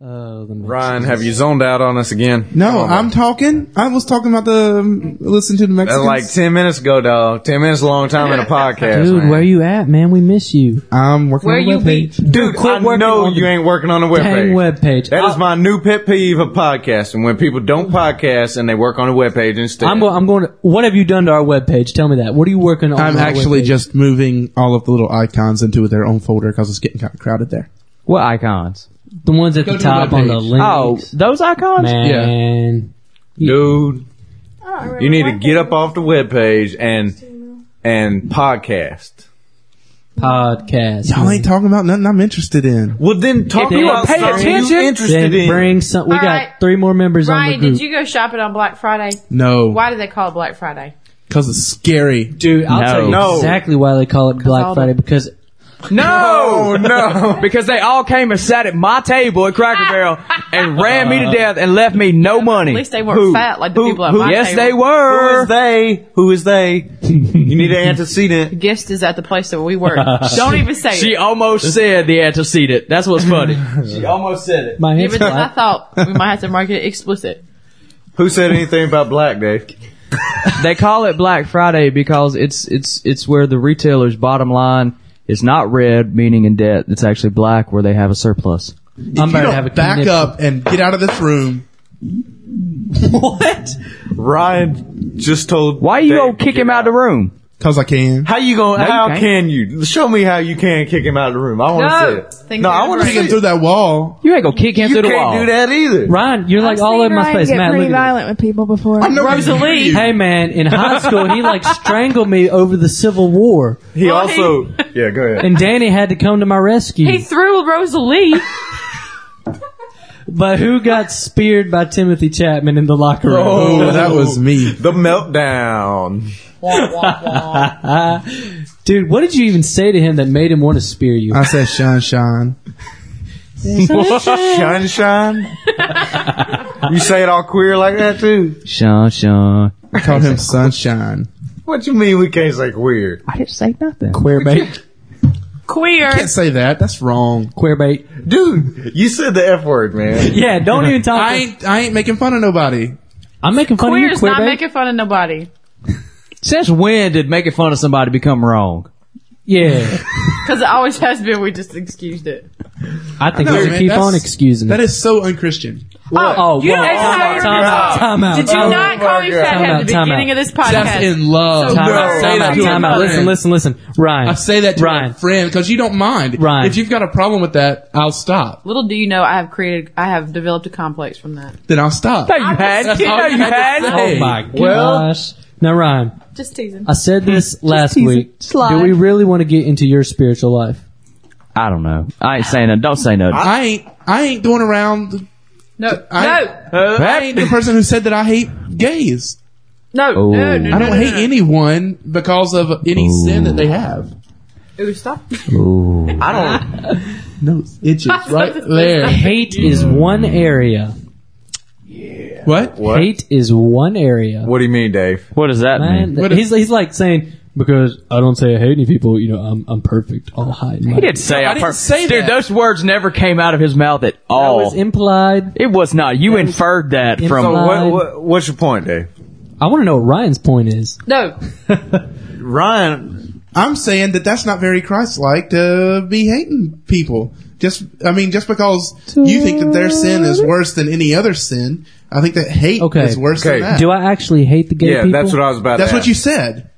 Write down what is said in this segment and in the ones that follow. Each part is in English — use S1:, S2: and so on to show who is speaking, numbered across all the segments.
S1: Oh, the
S2: Ryan, have you zoned out on us again?
S3: No, I'm talking. I was talking about the um, listen to the
S2: That's
S3: Mexicans.
S2: like ten minutes ago, dog. Ten minutes is a long time in a podcast,
S1: Dude,
S2: man.
S1: where you at, man? We miss you.
S3: I'm working
S4: Where
S3: on a
S4: you be?
S3: webpage.
S2: Dude,
S1: quit
S2: I
S1: working
S2: know
S1: on
S2: you
S1: the
S2: ain't working on the
S1: Dang
S2: webpage.
S1: webpage.
S2: That is my new pet peeve of podcasting when people don't podcast and they work on a webpage instead.
S1: I'm going. I'm going. To, what have you done to our webpage? Tell me that. What are you working on?
S3: I'm
S1: on our
S3: actually
S1: webpage?
S3: just moving all of the little icons into their own folder because it's getting kind of crowded there.
S5: What icons?
S1: the ones at the
S3: to
S1: top
S3: the
S1: on the
S3: webpage.
S5: Oh,
S1: Linux.
S5: those icons?
S1: man.
S2: Dude,
S6: I don't
S2: you need to
S6: remember.
S2: get up off the webpage and and podcast.
S1: Podcast.
S3: Y'all ain't talking about nothing I'm interested in.
S2: Well, then talk
S1: Then
S2: about
S1: pay
S2: something
S1: attention.
S2: you
S1: Then
S2: interested in.
S1: bring some. We
S6: All
S1: got
S6: right.
S1: three more members on
S6: Ryan,
S1: the group.
S6: did you go shopping on Black Friday?
S3: No,
S6: Why do they call it Black Friday?
S3: Because it's scary.
S1: Dude, I'll
S5: No.
S1: tell you
S2: No.
S1: exactly why they call it Black
S6: all
S1: Friday because
S5: No!
S2: oh no!
S5: Because they all came and sat at my table at Cracker Barrel and ran
S2: Uh-huh.
S5: me to death and left me no money.
S6: At least they weren't
S2: Who?
S6: fat like the
S2: Who-
S6: people at
S2: who-
S6: my
S5: yes, they
S6: table.
S2: Who is
S5: were.
S2: they? Who is they? You need an antecedent.
S6: Guest is at the place that we work. Don't even say
S5: She
S6: it.
S5: almost said the antecedent. That's what's funny.
S2: She almost said it.
S1: my head's
S6: Even though I
S1: black.
S6: thought we might have to mark it explicit.
S2: Who said anything about Black Day?
S5: they call it Black Friday because it's it's it's where the retailer's bottom line is not red, meaning in debt. It's actually black, where they have a surplus.
S1: I'm
S3: If you
S1: about to
S3: don't
S1: have a
S3: back
S1: conniption.
S3: up and get out of this room.
S5: What?
S2: Ryan just told.
S5: Why you
S2: Dave
S5: gonna
S2: to
S5: kick
S2: get
S5: him out of the room?
S3: Cause I can.
S2: How you gonna?
S5: No, you
S2: how
S5: can't.
S2: can you? Show me how you can kick him out of the room. I want
S6: No.
S2: to see it.
S6: Think
S2: No, I
S6: you're
S2: want to
S3: Kick
S2: see
S3: him
S2: it.
S3: through that wall.
S5: You ain't gonna kick him
S2: You
S5: through the
S2: can't
S5: wall.
S2: do that either.
S1: Ryan, you're like all over my face,
S6: get
S1: man.
S6: pretty
S1: Look at this.
S6: violent. Violent with people before.
S3: I know
S6: Rosalie.
S3: you.
S1: Hey man, in high school he like strangled me over the Civil War,
S2: He
S6: Well,
S2: also. yeah, go ahead.
S1: and Danny had to come to my rescue.
S6: He threw Rosalie.
S1: But who got speared by Timothy Chapman in the locker room?
S3: Oh, that was me.
S2: The meltdown.
S1: Dude, what did you even say to him that made him want to spear you?
S3: I said, "Shine, shine."
S2: Sunshine. you say it all queer like that too.
S5: Sean, Sean,
S3: I called him sunshine.
S2: What you mean we can't say queer?
S5: I didn't say nothing.
S1: Queer bait.
S6: Queer.
S3: Can't say that. That's wrong.
S1: Queer bait.
S2: Dude, you said the F word, man.
S1: Yeah, don't even talk.
S3: I ain't. I ain't making fun of nobody.
S1: I'm making fun of
S6: Queer
S1: you,
S6: is
S1: queer
S6: not
S1: bait.
S6: making fun of nobody.
S5: Since when did making fun of somebody become wrong?
S1: yeah,
S6: Because it always has been. We just excused it.
S1: I think
S3: I know,
S1: we should
S3: man,
S1: keep
S3: that's-
S1: on excusing.
S3: That
S1: it.
S3: is so unchrian.
S1: oh,
S6: you
S1: whoa,
S6: didn't
S2: time
S6: hire
S2: out,
S1: time
S6: me.
S1: out, time out.
S6: Did you
S1: time out.
S6: not call me
S2: God.
S6: fathead
S1: Time
S6: at
S1: out,
S6: the
S1: time
S6: beginning
S1: out.
S6: of this podcast?
S3: That's in love.
S1: Time
S2: No.
S1: out,
S2: Say
S1: time
S2: that
S1: out,
S2: to
S1: time
S3: your
S1: out.
S3: friend.
S1: Listen, listen, listen. Ryan.
S3: I say that to
S1: Ryan.
S3: my friend because you don't mind.
S1: Ryan.
S3: If you've got a problem with that, I'll stop.
S6: Little do you know, I have created, I have developed a complex from that.
S3: Then I'll stop.
S5: No, you had.
S3: That's
S5: You
S3: all
S5: know
S3: I
S5: you
S3: had
S5: had.
S3: to
S1: Oh
S3: say.
S1: my gosh.
S2: Well-
S1: now, Ryan,
S6: Just teasing.
S1: I said this last week. Do we really want to get into your spiritual life?
S5: I don't know. I ain't saying nothing. Don't say nothing.
S3: I ain't. I ain't doing around.
S6: No,
S3: I-
S6: no,
S3: I ain't the person who said that I hate gays.
S6: no,
S5: Oh.
S6: no, no, no.
S3: I don't
S6: no,
S3: hate
S6: no.
S3: anyone because of any sin that they have.
S6: Ooh, stop.
S5: Ooh.
S2: I don't.
S3: No, it's just right there.
S1: Hate is one area.
S3: What?
S2: What?
S1: Hate is one area.
S2: What do you mean, Dave?
S5: What does that
S1: Man,
S5: mean?
S1: th-
S3: What if-
S1: he's, he's like saying, because I don't say I hate any people, you know, I'm, I'm perfect. I'll hide my.
S5: He didn't say.
S3: I
S5: I
S3: didn't
S5: per-
S3: say
S5: Dude,
S3: that.
S5: those words never came out of his mouth at
S1: That
S5: all.
S1: was implied.
S5: it was not. You inferred that
S1: Implied.
S5: from.
S2: So Um, what, what? What's your point, Dave?
S1: I want to know what Ryan's point is.
S6: No,
S2: Ryan,
S3: I'm saying that that's not very Christ-like to be hating people. Just, I mean, just because you think that their sin is worse than any other sin, I think that hate
S1: Okay.
S3: is worse
S2: Okay.
S3: than that.
S1: Do I actually hate the gay
S2: yeah,
S1: people?
S2: that's what I was about.
S3: that's
S2: to
S3: what
S2: ask.
S3: you said.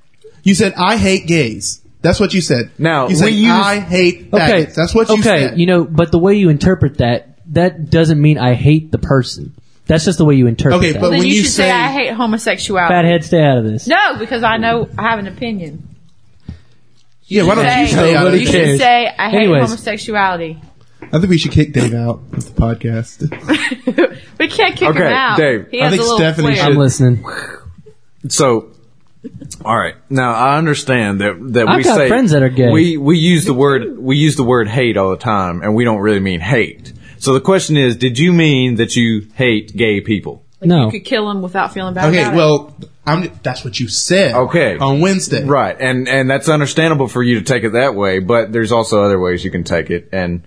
S3: You said I hate gays. That's what you said.
S2: Now,
S3: you said
S2: we use-
S3: I hate
S1: Okay,
S3: faggots. That's what you
S1: okay.
S3: said.
S1: you know, but the way you interpret that, that doesn't mean I hate the person. That's just the way you interpret
S3: Okay,
S1: that.
S3: but-
S6: then
S3: when
S6: you,
S3: you
S6: should say,
S3: say-
S6: I hate homosexuality.
S1: fathead, stay out of this.
S6: No, because I know I have an opinion.
S3: yeah. Why don't you
S6: Say-
S3: stay out of
S1: Nobody
S6: you
S3: it?
S1: cares.
S6: should say I hate
S1: Anyways.
S6: homosexuality.
S3: I think we should kick Dave out of the podcast.
S6: we can't kick him
S2: Okay,
S6: out.
S2: Dave,
S6: he
S3: I
S6: has
S3: think
S6: a little
S3: Stephanie
S6: flair.
S1: I'm listening.
S2: So, all right. Now I understand that that
S1: I've
S2: we
S1: got
S2: say
S1: friends that are gay.
S2: We we use the word we use the word hate all the time, and we don't really mean hate. So the question is, did you mean that you hate gay people?
S1: No.
S6: You could kill him without feeling bad.
S3: Okay,
S6: about it.
S3: well, I'm, that's what you said.
S2: Okay.
S3: On Wednesday.
S2: Right, and and that's understandable for you to take it that way, but there's also other ways you can take it, and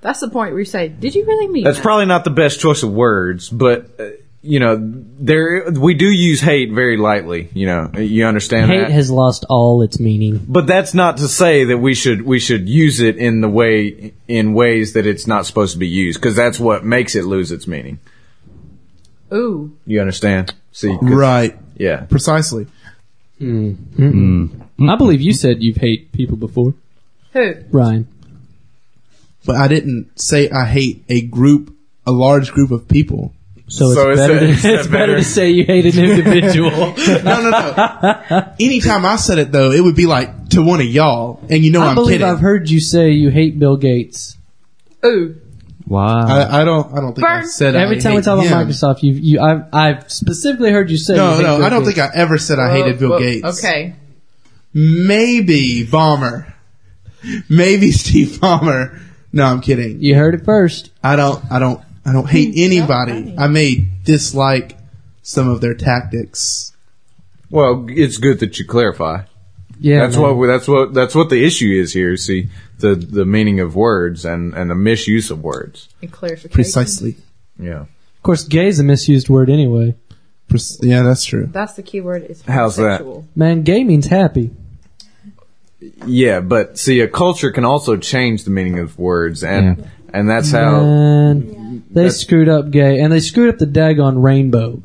S6: That's the point where you say, "Did you really mean?"
S2: That's
S6: that?
S2: probably not the best choice of words, but uh, you know, there we do use hate very lightly. You know, you understand
S1: Hate
S2: that.
S1: has lost all its meaning.
S2: but that's not to say that we should we should use it in the way in ways that it's not supposed to be used because that's what makes it lose its meaning.
S6: Ooh,
S2: You understand? See, 'cause-
S3: Right.
S2: Yeah.
S3: Precisely.
S4: I believe you said you've hate people before.
S6: who?
S1: Ryan.
S3: But I didn't say I hate a group, a large group of people.
S1: So it's,
S2: So it's
S1: better,
S2: a-
S1: to, it's,
S2: it's
S1: better
S2: a better-
S1: to say you hate an individual.
S3: No, no, no. Anytime I said it though, it would be like to one of y'all, and you know I
S1: I
S3: am
S1: believe
S3: kidding.
S1: I've heard you say you hate Bill Gates.
S6: Ooh,
S5: Wow.
S3: I, I don't. I don't think I
S6: Burn.
S3: said
S1: Every
S3: I
S1: time we
S3: hate
S1: talk about
S3: him.
S1: Microsoft, you you I've, I've specifically heard you say you
S3: No,
S1: hate
S3: no,
S1: Bill
S3: I don't
S1: Gates.
S3: think I ever said I hated Bill
S6: Well,
S3: Gates.
S6: Okay,
S3: Maybe Bomber. Maybe Steve Bomber. No, I'm kidding.
S1: you heard it first.
S3: I don't. I don't. I don't hate anybody. I may dislike some of their tactics.
S2: Well, it's good that you clarify.
S1: Yeah,
S2: that's what we- that's what that's what the issue is here. See, the the meaning of words and and the misuse of words.
S6: and clarification.
S3: Precisely.
S2: Yeah.
S1: Of course, gay is a misused word anyway.
S3: Pres- yeah, that's true.
S6: That's the key word. Is
S2: How's that?
S6: homosexual.
S1: Man, gay means happy.
S2: Yeah, but see, a culture can also change the meaning of words, and and that's
S3: Oh.
S2: how.
S1: Man, they
S2: That's-
S1: screwed up gay, and they screwed up the daggone rainbow.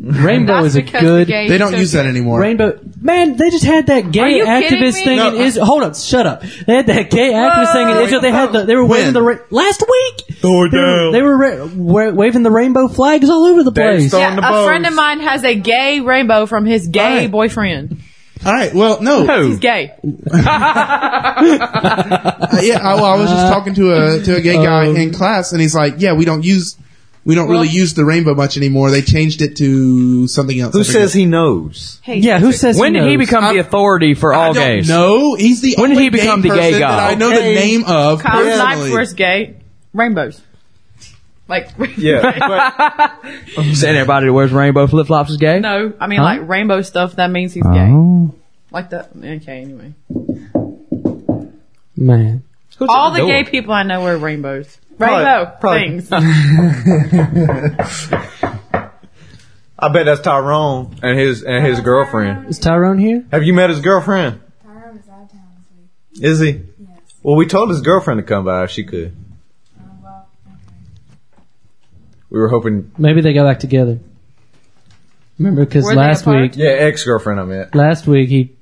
S1: Rainbow
S6: That's
S1: is a
S6: because
S1: good
S6: the gay
S3: They don't use that
S6: associate-
S3: anymore.
S1: rainbow. Man, they just had that
S6: Are
S1: gay
S6: you kidding
S1: activist
S6: me? Oh.
S1: thing in
S3: No.
S1: Israel. Hold up, shut up. They had that gay activist thing in
S6: Whoa.
S1: Israel. They had the, they were waving
S3: When?
S1: the ra- last week.
S3: Thor
S1: they were,
S3: down.
S1: they were ra- wa- waving the rainbow flags all over the
S2: There's
S1: place.
S2: the-
S6: Yeah,
S2: on the
S6: a
S2: bows.
S6: friend of mine has a gay rainbow from his gay
S3: Right.
S6: boyfriend.
S3: All right. Well, no.
S6: He's gay.
S3: Uh, yeah, I, well, I was just talking to a to a gay guy
S1: um,
S3: in class, and he's like, "Yeah, we don't use, we don't really
S6: Well-
S3: use the rainbow much anymore. They changed it to something else."
S2: Who says he knows?
S6: Hey,
S1: Yeah, who says
S5: when
S1: he
S5: did he
S1: knows?
S5: become the authority for all gays?
S3: No, he's the
S5: When did
S3: only
S5: he become
S3: gay
S5: the gay
S3: person
S5: guy?
S3: That I know
S2: Okay.
S3: the name of.
S6: Kyle Snipes
S3: personally.
S6: wears gay rainbows. Like
S2: Yeah, but
S5: You saying everybody that wears rainbow flip flops is gay?
S6: no, I mean
S5: Huh?
S6: like rainbow stuff. That means he's gay.
S5: Oh.
S6: Like that. Okay, anyway.
S1: Man,
S6: All the gay people I know wear rainbows.
S2: Probably-
S6: Rainbow
S2: probably-
S6: things.
S2: I bet that's Tyrone and his and his girlfriend.
S1: is Tyrone here?
S2: Have you met his girlfriend?
S7: Tyrone is out of town this week.
S2: Is he? Well, we told his girlfriend to come by if she could.
S7: Um, well, okay.
S2: We were hoping.
S1: Maybe they got back together. Remember, because
S6: Were they
S1: last
S6: apart?
S1: week,
S2: Yeah, ex girlfriend I met.
S1: last week he
S2: He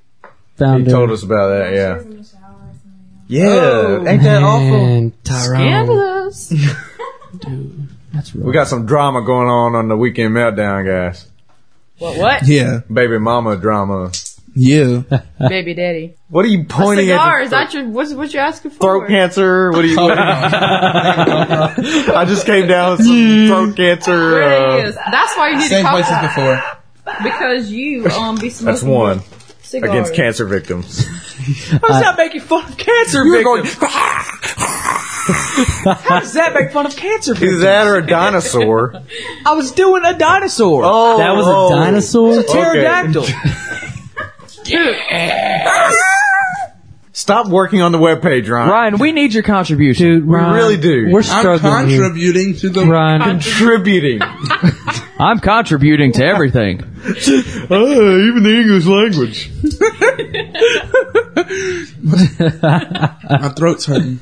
S1: found her.
S2: told us about that.
S7: She
S2: Yeah.
S7: was in the shower or something.
S2: Yeah.
S6: Oh.
S2: Ain't that awful?
S1: Man, Tyrone,
S6: Scandalous.
S1: that's
S2: We
S1: rough.
S2: got some drama going on on the weekend meltdown, guys.
S6: what? What?
S3: Yeah,
S2: Baby mama drama.
S3: yeah.
S6: Baby daddy.
S2: What are you
S6: Cigars.
S2: pointing
S6: cigar?
S2: at?
S6: Is that your? What's what you asking for?
S2: throat cancer. What do you?
S3: Oh,
S2: what- I just came down with some throat cancer.
S6: There it
S2: uh,
S6: is. That's why you need
S3: Same
S6: to call
S3: places
S6: that.
S3: before.
S6: because you um be smoking.
S2: that's one
S6: cigars.
S2: against cancer victims.
S5: How does that make you fun of cancer victims? "Ah, How does that make fun of cancer
S2: Is
S5: victims?
S2: that or a dinosaur?
S5: I was doing a dinosaur.
S2: Oh,
S1: That was
S2: oh.
S1: a dinosaur.
S5: Pterodactyl.
S2: Stop working on the webpage, Ryan.
S5: Ryan, we need your contribution.
S1: Dude, Ryan,
S2: really do.
S1: We're
S3: I'm
S1: struggling here.
S3: contributing to the.
S1: Ryan,
S2: Contributing.
S5: I'm contributing to everything.
S2: Uh, even the English language.
S3: My throat's hurting.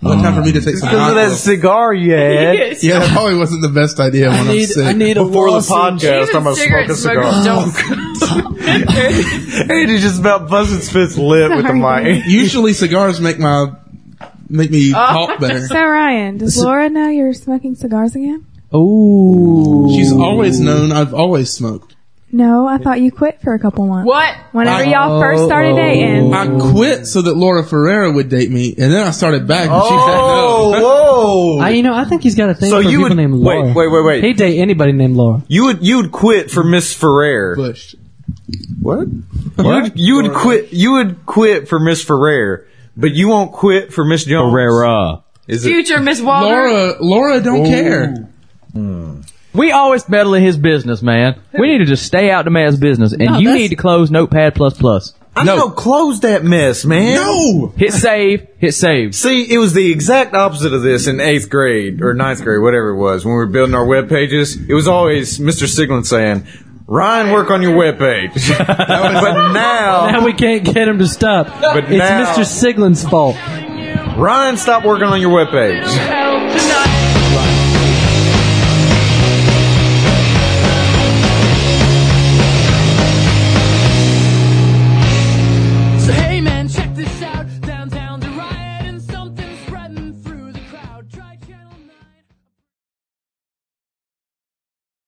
S3: One time for me to take some.
S2: Because of that
S3: Nyquil.
S2: cigar you had.
S6: Yes.
S3: Oh, Yeah, that probably wasn't the best idea when
S1: I
S3: I'm
S1: need,
S3: sick.
S1: I need a
S2: Before the
S1: lawsuit.
S2: podcast, I'm gonna
S6: Even
S2: smoke
S6: cigarette
S2: a cigar.
S6: smokers don't.
S2: And he just about busted Spitz's lip with the mic.
S3: Usually, cigars make my make me
S2: Oh.
S3: talk better.
S7: So Ryan, does Laura know you're smoking cigars again?
S1: Ooh.
S3: She's always known I've always smoked.
S7: No, I thought you quit for a couple months.
S6: What?
S7: Whenever
S3: I-
S7: y'all first started dating.
S3: I quit so that Laura Ferreira would date me, and then I started back, and she said no.
S2: Oh,
S1: I, you know, I think he's got a thing
S2: So
S1: for
S2: you
S1: people
S2: would-
S1: named
S2: wait,
S1: Laura.
S2: wait, wait, wait.
S1: He'd date anybody named Laura.
S2: You would you would quit for Miss Ferrer.
S3: Bush.
S2: What? You would quit. You would quit for Miss Ferrer, but you won't quit for Miss Jones. Is it?
S6: Future Miss Walter.
S3: Laura, Laura don't care.
S5: We always meddle in his business, man. We need to just stay out the man's business, and you
S1: that's-
S5: need to close Notepad plus plus.
S2: I
S5: No.
S2: know. Close that mess, man.
S3: No.
S5: Hit save. Hit save.
S2: See, it was the exact opposite of this in eighth grade or ninth grade, whatever it was, when we were building our web pages. It was always Mr. Siglin saying, "Ryan, work on your web page." but now,
S1: Now we can't get him to stop.
S2: But
S1: it's
S2: now-
S1: Mr. Siglin's fault.
S2: Ryan, stop working on your web page.